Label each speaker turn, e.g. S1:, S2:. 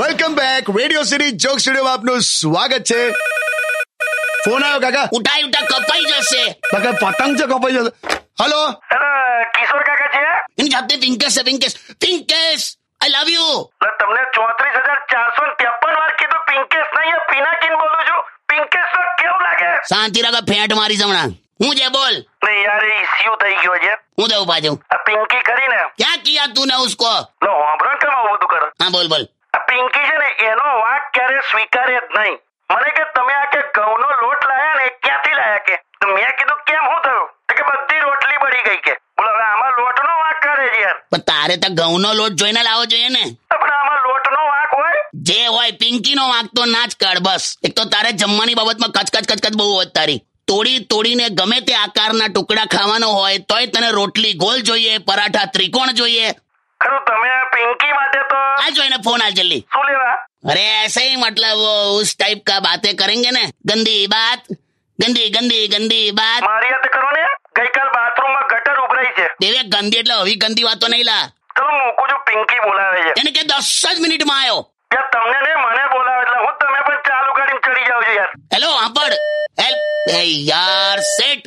S1: welcome back Radio City joke studio આપનું સ્વાગત છે ફોન આવ્યો કાકા
S2: ઉઠાય ઉઠા કપાઈ જશે
S1: કાકા પતંગ છે કપાઈ જશે હલો
S3: અરે કિશોર કાકા છે
S2: એની જાતે ટિંકેશ છે Tinkesh Tinkesh I love you
S3: અરે, તમને ચોત્રીસ હજાર ચારસો ત્રેપન વાર કીધું પિંકેશ નહીં આ પિનાકીન બોલું છું પિંકેશ તો કેવું લાગે
S2: શાંતિ રાખ આ ફેંટ મારી હમણાં હું જે બોલ
S3: ને યાર એ ઇસ્યુ થઈ ગયો છે
S2: હું દઉં પાછું
S3: આ પિંકી કરીને
S2: ક્યાં કિયા તું ને ઉસકો
S3: લો હોંભરણ કેમ આવું બધું કરો
S2: હા બોલ બોલ
S3: આ પિંકી છે ને એનો વાંક ક્યારે સ્વીકારે જ નહીં મને કે તમે આ કે ઘઉંનો લોટ લાયા ને એ ક્યાંથી લાયા કે તો મેં કીધું કેમ શું થયું તો કે બધી રોટલી બળી ગઈ કે બોલો હવે આમાં લોટનો વાંક કરે છે યાર
S2: પણ તારે તો ઘઉંનો લોટ જોઈને લાવવો જોઈએ ને
S3: તો પણ આમાં લોટનો વાંક હોય
S2: જે હોય પિંકીનો વાંક તો ના જ કાઢ બસ એક તો તારે જમવાની બાબતમાં કચકચ કચકચ બહુ હોત તારી તોડી તોડીને ગમે તે આકારના ટુકડા ખાવાનો હોય તોય તને રોટલી ગોલ જોઈએ પરાઠા ત્રિકોણ જોઈએ
S3: ખરું તમે આ પિંકી માટે તો
S2: આ જોઈને ફોન આલ જલ્દી
S3: શું લેવા
S2: अरे ऐसे ही मतलब वो उस टाइप का बातें करेंगे ना गंदी बात गंदी गंदी गंदी बात
S3: મારી હાથે કરો ને ગઈકાલ બાથરૂમમાં ગટર ઉભરાઈ છે
S2: દેવે ગંદી એટલે આવી ગંદી વાતો નહીં લા
S3: ચલો મૂકું છું પિંકી બોલાવે છે
S2: તેને કે દસ જ મિનિટમાં આવ્યો
S3: યાર તમને ને મને બોલાવે એટલે હું તમે પણ ચાલુ ગાડીમાં ચડી જાવ છો યાર
S2: હેલો હાંપડ હેલ્પ એ યાર સેટ